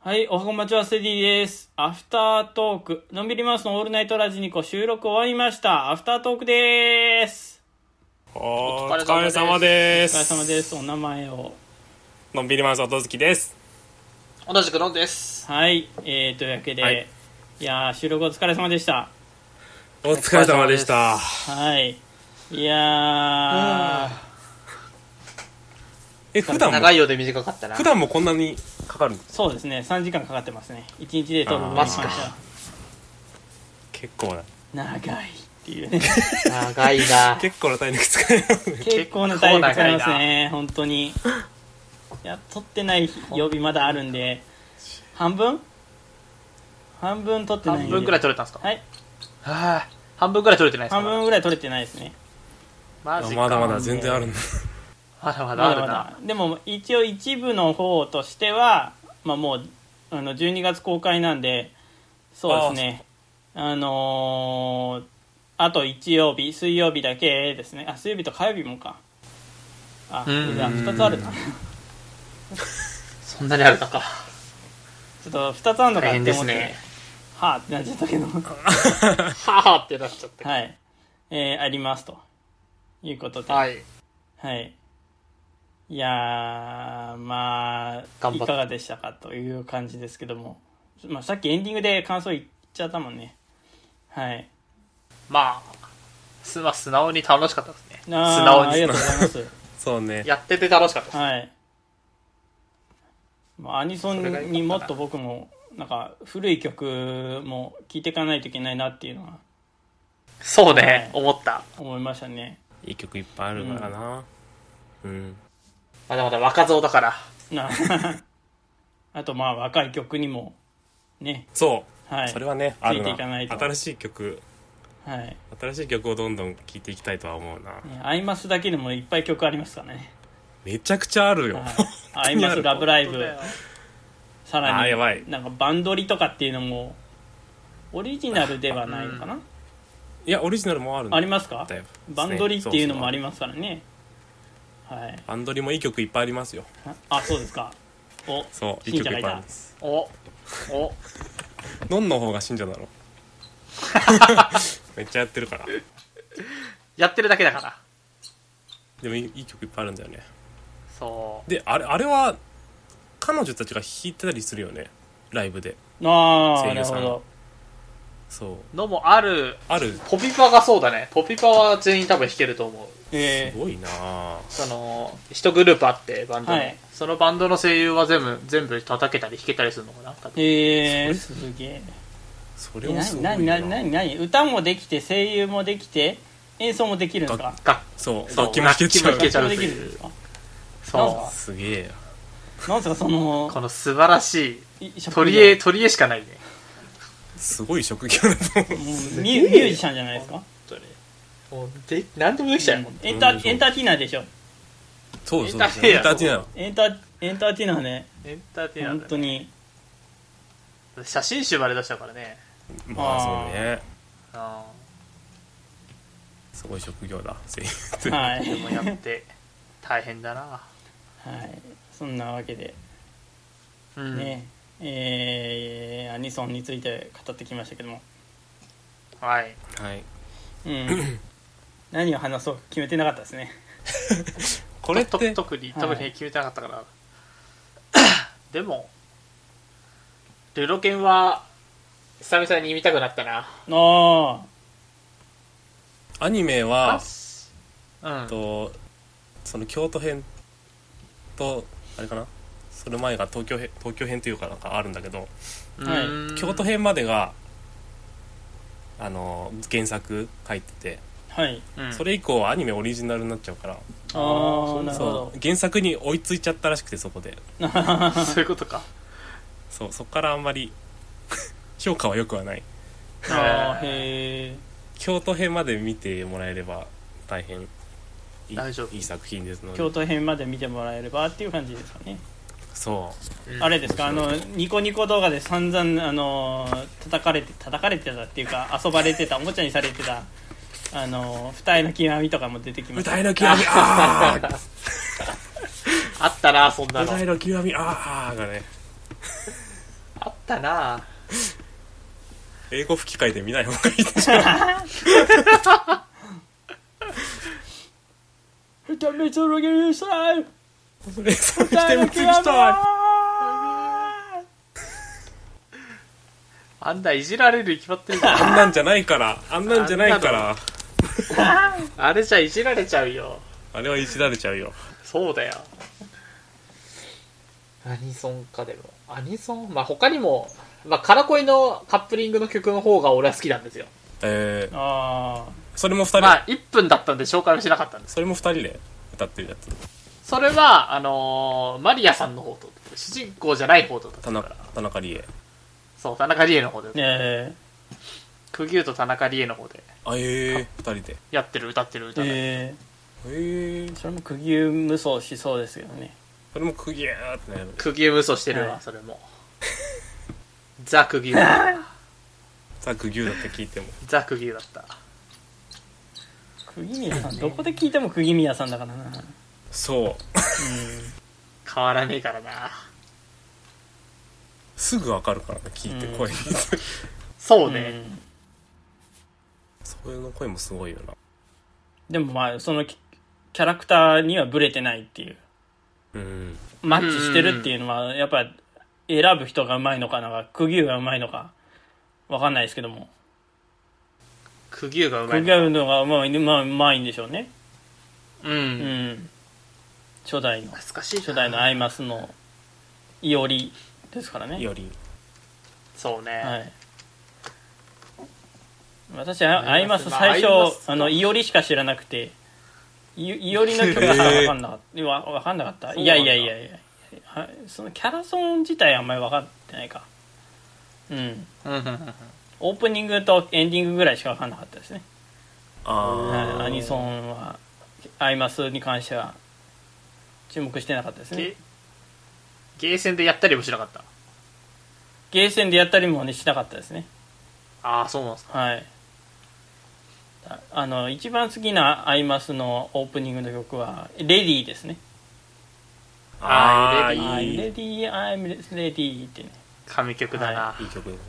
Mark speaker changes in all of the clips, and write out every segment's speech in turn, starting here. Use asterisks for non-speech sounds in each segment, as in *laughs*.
Speaker 1: はい、おはこんばちは、セディです。アフタートーク、のんびりマウスのオールナイトラジニコ収録終わりました。アフタートークでーす。
Speaker 2: お
Speaker 3: お
Speaker 2: お
Speaker 3: 疲
Speaker 2: 疲
Speaker 3: れ
Speaker 2: れ
Speaker 3: 様
Speaker 2: 様
Speaker 1: お
Speaker 2: で
Speaker 1: 疲れ
Speaker 2: す
Speaker 1: 様です。お名前を。
Speaker 2: のんびりマンス音月です
Speaker 3: 同じくのんです
Speaker 1: はい、えー、というわけで、
Speaker 2: はいい、
Speaker 1: やー、収録お疲れ様でした。
Speaker 2: お疲れ様でした
Speaker 1: はい。いやー、
Speaker 2: え普段
Speaker 3: 長
Speaker 2: も
Speaker 3: いようで短かったな
Speaker 2: 普段もこんなにかかる
Speaker 1: そうですね、3時間かかってますね。1日で撮る分に
Speaker 2: あー
Speaker 1: 関して
Speaker 3: マジ
Speaker 1: は。
Speaker 2: 結構な
Speaker 1: 長いっていうね。
Speaker 3: 長い
Speaker 2: *laughs*
Speaker 3: な
Speaker 2: 結構な体力使 *laughs* える
Speaker 1: 結構な体力使いますね本当にいや取ってない曜日まだあるんで半分半分取ってない
Speaker 3: 半分くらい
Speaker 1: い
Speaker 3: 取れたんですか
Speaker 1: はい
Speaker 3: *laughs* はあ半分くらい取れてないですか
Speaker 1: 半分ぐらい取れてないですね
Speaker 3: マジか
Speaker 2: まだまだ全然あるんだ
Speaker 3: まだまだ
Speaker 1: ま
Speaker 3: あ
Speaker 1: だ
Speaker 3: る
Speaker 1: ま
Speaker 3: な
Speaker 1: だでも一応一部の方としては、まあ、もうあの12月公開なんでそうですねあのーあと1曜日水曜日だけですねあ水曜日と火曜日もかあ
Speaker 3: うーん
Speaker 1: 2つあ
Speaker 3: *laughs*
Speaker 1: るな
Speaker 3: そんなにあるのか
Speaker 1: ちょっと2つあるのかって思っ
Speaker 3: 大変
Speaker 1: て
Speaker 3: ですね
Speaker 1: はあってなっちゃったけど
Speaker 3: はあってなっちゃって
Speaker 1: はいえー、ありますということでは、
Speaker 3: はいい
Speaker 1: いやーまあ
Speaker 3: 頑張っ
Speaker 1: いかがでしたかという感じですけども、まあ、さっきエンディングで感想言っちゃったもんねはい
Speaker 3: まあすまあ素直に楽しかったですね素
Speaker 1: あー
Speaker 3: 直
Speaker 1: ありが
Speaker 3: に
Speaker 1: とうござい
Speaker 3: *laughs*
Speaker 1: ます
Speaker 2: そうね
Speaker 3: やってて楽しかったです
Speaker 1: はい、まあ、アニソ
Speaker 3: それが良か
Speaker 1: ン
Speaker 3: った
Speaker 1: に
Speaker 3: な
Speaker 1: もっと僕もなんか古い曲も聴いていかないといけないなっていうのは
Speaker 3: そ
Speaker 1: は
Speaker 3: う
Speaker 1: い
Speaker 3: ね思った
Speaker 1: 思いましたね
Speaker 2: いい曲いっぱいあるからなうん
Speaker 3: まだまだ若造だから
Speaker 1: な *laughs* あとまあ若い曲にもね
Speaker 2: そ
Speaker 1: は
Speaker 2: う
Speaker 1: い
Speaker 2: それはねある
Speaker 1: ついていかないと
Speaker 2: な新しい曲
Speaker 1: はい、ね、
Speaker 2: 新しい曲をどんどん聴いていきたいとは思うな
Speaker 1: アイマスだけでもいっぱい曲ありますからね、
Speaker 2: めちゃくちゃあるよ
Speaker 1: はい、アイ
Speaker 2: にあ
Speaker 1: マス
Speaker 2: る
Speaker 1: ラブライ
Speaker 3: 本
Speaker 1: ブ
Speaker 3: 当だよ
Speaker 1: さ
Speaker 2: あ
Speaker 1: ら
Speaker 2: ーやばい
Speaker 1: になんかバンドリとかっていうのもオリジナルではないのかな
Speaker 2: *laughs* いやオリジナルもあるん
Speaker 1: あ
Speaker 2: だ
Speaker 1: りますか
Speaker 2: よ
Speaker 1: バンドリっていうのもあり
Speaker 2: ます
Speaker 1: ますからねはい
Speaker 2: バンドリもいい曲いっぱいありますよ
Speaker 1: あそうです
Speaker 2: *laughs*
Speaker 1: かお
Speaker 2: そうい
Speaker 1: し
Speaker 2: い
Speaker 1: んちゃ
Speaker 2: 曲
Speaker 1: んがい
Speaker 2: いっぱいあ
Speaker 1: た
Speaker 2: るんです
Speaker 3: おお
Speaker 2: のんの方が信者だろめっちゃやってるから
Speaker 3: やってるだけだから
Speaker 2: でもいいいい曲いっぱいあるんだよね
Speaker 3: そう
Speaker 2: であれあれは彼女たちが弾いてたりするよねライブで
Speaker 1: ああ
Speaker 2: 声
Speaker 1: なる
Speaker 2: 優さ
Speaker 1: ほ
Speaker 2: ん
Speaker 1: ど
Speaker 2: そう
Speaker 3: のもある
Speaker 2: ある
Speaker 3: ポピパがそうだねポピパは全員多分弾けると思う
Speaker 1: え
Speaker 2: すごいなあ
Speaker 3: その一グループあってバンドの、
Speaker 1: はい
Speaker 3: そのバンドの声優は全部全部叩けたり弾けたりするのかな多
Speaker 1: ー、
Speaker 3: 分
Speaker 1: えー、すげえ
Speaker 2: そ
Speaker 1: え
Speaker 2: れもすごいな
Speaker 1: なになになになに歌もできて声優もできて演奏もできるんですか
Speaker 3: 楽
Speaker 2: そう
Speaker 3: そう
Speaker 2: 楽器も弾けちゃ
Speaker 3: 楽器も弾け
Speaker 2: う
Speaker 3: ちゃ
Speaker 1: 演奏
Speaker 3: う
Speaker 1: もできるんですか
Speaker 3: そ
Speaker 2: すげえよ
Speaker 1: なんすかその
Speaker 3: うこの素晴らし
Speaker 1: い
Speaker 3: い
Speaker 1: 職
Speaker 3: 取り
Speaker 1: 業
Speaker 3: 柄取り柄しかないね
Speaker 2: すごい職業だと
Speaker 1: も
Speaker 2: 思う
Speaker 1: うミュミュージシャンじゃないですか
Speaker 3: 本当にもうで何でもできちゃうよ、
Speaker 1: エンターエンターテイナーでしょ
Speaker 2: そうそう
Speaker 3: エンターテイ
Speaker 2: エ
Speaker 3: ナー
Speaker 2: ンターテイナー
Speaker 1: エンターエンターテイナーね
Speaker 3: エンターテイナ
Speaker 1: 本
Speaker 3: ーだ
Speaker 1: 当
Speaker 3: ね
Speaker 1: に
Speaker 3: 写真集まで出したからね
Speaker 2: まあ
Speaker 1: あー
Speaker 2: そうね
Speaker 3: あ
Speaker 2: すごい職業だ声優
Speaker 3: *laughs*
Speaker 1: はい
Speaker 3: でもやって大変だな
Speaker 1: はいそんなわけで
Speaker 3: うん、
Speaker 1: ね、えーアニソンについて語ってきましたけども
Speaker 3: はい
Speaker 2: はい
Speaker 1: うん何を話そうか決めてなかったですね
Speaker 2: これっ
Speaker 3: と
Speaker 2: て
Speaker 3: 特に
Speaker 1: はい
Speaker 3: 特に決めてなかったから、 *coughs* でもルロケンは久々に見たくなったな
Speaker 1: あ
Speaker 2: アニメは
Speaker 3: うん
Speaker 2: とその京都編とあれかなそれ前が東京編東京編というかなんかあるんだけど、
Speaker 1: はい
Speaker 3: うん
Speaker 2: 京都編までがあの原作書いてて、
Speaker 1: あはい
Speaker 3: うん
Speaker 2: それ以降はアニメオリジナルになっちゃうから、
Speaker 1: あ
Speaker 3: そ
Speaker 1: あ
Speaker 3: う
Speaker 1: なるほ
Speaker 2: そ
Speaker 1: ど
Speaker 2: う原作に追いついちゃったらしくてそこで
Speaker 3: そういうことか
Speaker 2: そうそこからあんまり *laughs* 評価は良くはない
Speaker 1: *laughs* あーへえ
Speaker 2: 京都編まで見てもらえれば大変いい
Speaker 3: 大丈夫
Speaker 2: いい作品ですの
Speaker 1: 京
Speaker 2: で
Speaker 1: 都編まで見てもらえればっていう感じですかね
Speaker 2: そ
Speaker 3: うん
Speaker 1: あれですかあのニコニコ動画で散々あの叩かれて叩かれてたっていうか遊ばれてたおもちゃにされてたあの二重の極みとかも出てき
Speaker 2: う
Speaker 1: ました
Speaker 2: 歌いの極みあ
Speaker 3: *laughs*
Speaker 2: ー
Speaker 3: あったなそんなの
Speaker 2: 歌いの極みあーがね
Speaker 3: ったな
Speaker 2: 英語吹き替えで見ない方がいいでしょ
Speaker 1: 痛め続けるさい
Speaker 2: それそれしても次した
Speaker 3: あんないじられるに決まってるじゃん
Speaker 2: あんなんじゃないからあんなんじゃないから
Speaker 3: あれじゃいじられちゃうよ
Speaker 2: あれはいじられちゃうよ
Speaker 3: そうだよアニソンかでもアニソンまあ他にも、まあ、カラコイのカップリングの曲の方が俺は好きなんですよ
Speaker 2: えー、
Speaker 1: ああ
Speaker 2: それも二人、
Speaker 3: まあ1分だったんで紹介はしなかったんです
Speaker 2: それも二人で歌ってるやつ
Speaker 3: それはあのーマリアさんの方と主人公じゃない方と
Speaker 2: 田中田中理恵
Speaker 3: そう田中理恵の方で、
Speaker 1: え
Speaker 3: クギューと田中理恵の方で
Speaker 2: あええ二人で
Speaker 3: やってる歌ってる歌
Speaker 1: ー、
Speaker 3: で、
Speaker 1: え
Speaker 2: ええ
Speaker 1: ー、それも釘無双しそうですけどね
Speaker 2: それもクギューってなる
Speaker 3: クギュー無双してるわ、
Speaker 1: はい
Speaker 3: それもザ・クギュー
Speaker 2: ザ・クギューだって聞いても
Speaker 3: ザ・クギューだった
Speaker 1: 釘宮さんどこで聞いても釘宮さんだからなうん
Speaker 2: そう
Speaker 3: 変わらねえからな
Speaker 2: すぐわかるからね聞いて
Speaker 1: うん
Speaker 2: 声に *laughs*
Speaker 3: そうね、
Speaker 1: うん
Speaker 2: そういうの声もすごいよな
Speaker 1: でもまあそのキキャラクターにはブレてないっていう
Speaker 2: うん
Speaker 1: マッチしてるっていうのはやっぱ選ぶ人がうまいのかな釘がうまいのかわかんないですけども
Speaker 3: クギューがうまい
Speaker 1: 釘
Speaker 3: な
Speaker 1: がうまいまあうまいんでしょうね
Speaker 3: うん、
Speaker 1: うん初代の
Speaker 3: 懐かしいな
Speaker 1: 初代のアイマスのいおりですからね
Speaker 2: より
Speaker 3: そうね、
Speaker 1: はい私あア
Speaker 3: ア
Speaker 1: イ
Speaker 3: イ
Speaker 1: マ
Speaker 3: マ
Speaker 1: ス
Speaker 3: ス
Speaker 1: 最
Speaker 3: まあアイマス
Speaker 1: 初あのいおりしか知らなくていいおりの曲が分かんなかったわわかんなかった
Speaker 3: そうなんだ
Speaker 1: いやいやいやいやはいそのキャラソン自体あんまり分かってないかうん
Speaker 3: うんうんうんうん
Speaker 1: オープニングとエンディングぐらいしか分かんなかったですね、
Speaker 2: あ
Speaker 1: はい、アニソンはアイマスに関しては注目してなかったですね
Speaker 3: ゲゲーセンでやったりもしなかった
Speaker 1: ゲーセンでやったりもねしなかったですね
Speaker 3: ああそうなんですか
Speaker 1: はいああの一番好きなアイマスのオープニングの曲は「レディー」ですね
Speaker 2: あああ
Speaker 3: あ
Speaker 1: 「
Speaker 3: ー
Speaker 2: い
Speaker 1: I'm
Speaker 2: い
Speaker 1: ready I'm ready」ってね
Speaker 3: 神曲だな、
Speaker 1: はい
Speaker 2: い曲ですね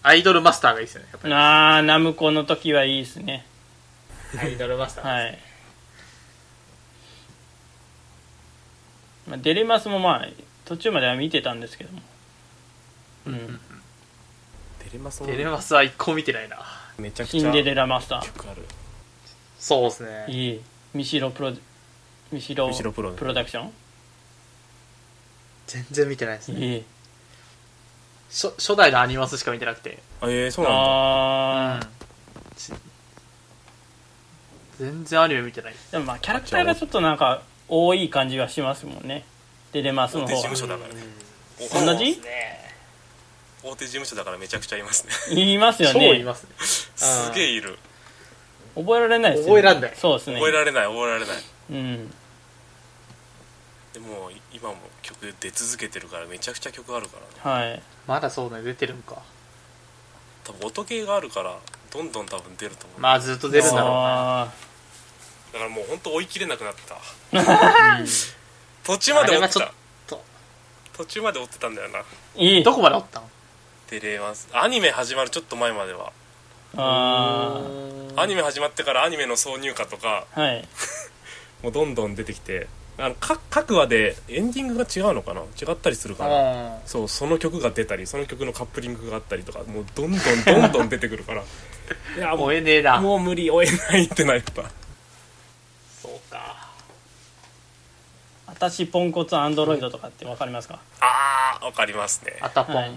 Speaker 3: アイドルマスターがいいですよねや
Speaker 1: *laughs*
Speaker 3: っぱり
Speaker 1: ああナムコの時はいいですね
Speaker 3: アイドルマスターがいい
Speaker 1: は
Speaker 3: で
Speaker 1: い、
Speaker 3: す
Speaker 1: まあ、デレマスもまあ途中までは見てたんですけどもう
Speaker 3: うん
Speaker 1: ん
Speaker 2: テレマソン
Speaker 3: テレマスは一個見てないな
Speaker 2: めちゃく
Speaker 1: シ
Speaker 2: ち
Speaker 1: ン
Speaker 2: ゃ
Speaker 1: デレラマスタ
Speaker 2: 曲ある
Speaker 3: そうですね
Speaker 1: ーいいミシロプロミシロ
Speaker 2: ミシロプロ
Speaker 1: プロダクショ
Speaker 3: 全然見てないです
Speaker 1: ン
Speaker 3: ね
Speaker 1: いい
Speaker 3: 初初代のアニマスしか見てなくて
Speaker 2: あええそうなんだ
Speaker 1: ああ
Speaker 3: ち全然アニメ見てない
Speaker 1: でもまあキャラクターがちょっとなんか多い感じはしますもんねデレマスの
Speaker 2: 大手
Speaker 1: 方
Speaker 2: 事
Speaker 1: は
Speaker 2: 務所だからね
Speaker 1: 同じ
Speaker 3: そうっすね
Speaker 2: 大手事務所だからめちゃくちゃいますね
Speaker 1: 言いますよ
Speaker 3: 超い
Speaker 1: ね
Speaker 3: ますね
Speaker 2: すげえいる
Speaker 1: 覚えられないですよ
Speaker 3: 覚えらんない
Speaker 1: そうですね
Speaker 2: 覚えられない覚えられない
Speaker 1: うん
Speaker 2: でも今も曲出続けてるからめちゃくちゃ曲あるからね
Speaker 1: はい
Speaker 3: まだそうね出てるんか
Speaker 2: 多分音系があるからどんどん多分出ると思う、
Speaker 3: まあずっと出るんだろうな
Speaker 1: あ
Speaker 2: だからもう本当追い切れなくなった
Speaker 3: うん
Speaker 2: 途中まで追
Speaker 3: あれ
Speaker 2: っ
Speaker 3: は
Speaker 2: て
Speaker 3: ちょったと
Speaker 2: 途中まで追ってたんだよな
Speaker 1: ーいい
Speaker 3: どこまでおったの
Speaker 2: テレワンスアニメ始まるちょっと前までは、
Speaker 1: あ
Speaker 2: アニメ始まってからアニメの挿入歌とか
Speaker 1: あはい
Speaker 2: もうどんどん出てきてあのか各話でエンディングが違うのかな違ったりするかな
Speaker 3: あ
Speaker 2: そうその曲が出たりその曲のカップリングがあったりとかもうどんどんどんどん出てくるから *laughs* いや
Speaker 3: あ
Speaker 2: も
Speaker 3: 追えねえな
Speaker 2: うもう無理追えないってなった
Speaker 3: そうか
Speaker 1: あたしポンコツアンドロイドとかってわかりますか
Speaker 2: あーわかりますね
Speaker 3: アタポン、
Speaker 1: はい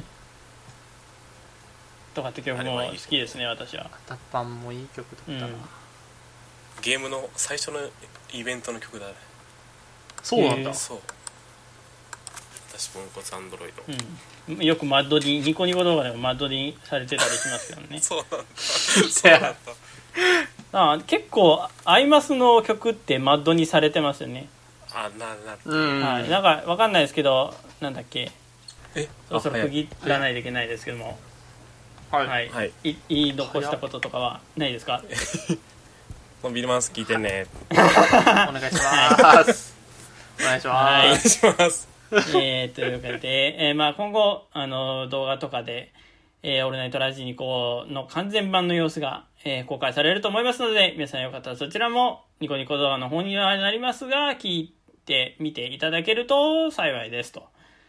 Speaker 1: とかって曲
Speaker 2: あれ
Speaker 1: も
Speaker 2: はい
Speaker 1: 好
Speaker 2: いですね
Speaker 1: きですね私は
Speaker 3: アタパンもいい曲だったな、
Speaker 1: うん
Speaker 2: ゲームの最初のイベントの曲だね
Speaker 3: そうなんだ、
Speaker 1: へえ
Speaker 2: そう私ポンコツアンドロイド、
Speaker 1: うんよくマッドにニコニコ動画でもマッドにされてたりしますけどね
Speaker 2: そうなんだ
Speaker 3: そうなんだ
Speaker 1: あー結構アイマスの曲ってマッドにされてますよね、
Speaker 2: あなな
Speaker 3: *laughs* うん、
Speaker 1: はい、なんかわかんないですけどなんだっけ
Speaker 2: え
Speaker 1: そろそろ
Speaker 2: あ
Speaker 1: 区
Speaker 2: 早い
Speaker 1: 切らないといけないですけども、
Speaker 3: はい
Speaker 1: はい
Speaker 2: はい
Speaker 1: い言い残したこととかはないですか
Speaker 2: もうビルマンス聞いてね
Speaker 1: *laughs*
Speaker 3: お願いします。お願いし
Speaker 1: は
Speaker 3: ま
Speaker 2: お願い
Speaker 3: す。
Speaker 2: します
Speaker 1: えーというわけで、えーまあ、今後、あの、動画とかで、えーオールナイトラジニコの完全版の様子が、えー公開されると思いますので、皆さんよかったらそちらも、ニコニコ動画の方にはなりますが、聞いてみていただけると幸いですと。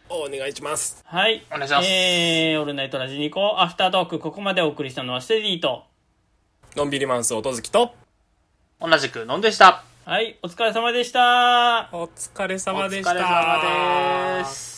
Speaker 2: お願いします
Speaker 1: はい。
Speaker 3: お願いします
Speaker 1: えー、オールナイトラジニコ、アフタートーク、ここまでお送りしたのはステディと、
Speaker 2: のんびりマンス音月と
Speaker 3: 同じく、のんでした。
Speaker 1: はい、お疲れ様でした。
Speaker 2: お疲れ様でした
Speaker 3: お疲れ様です。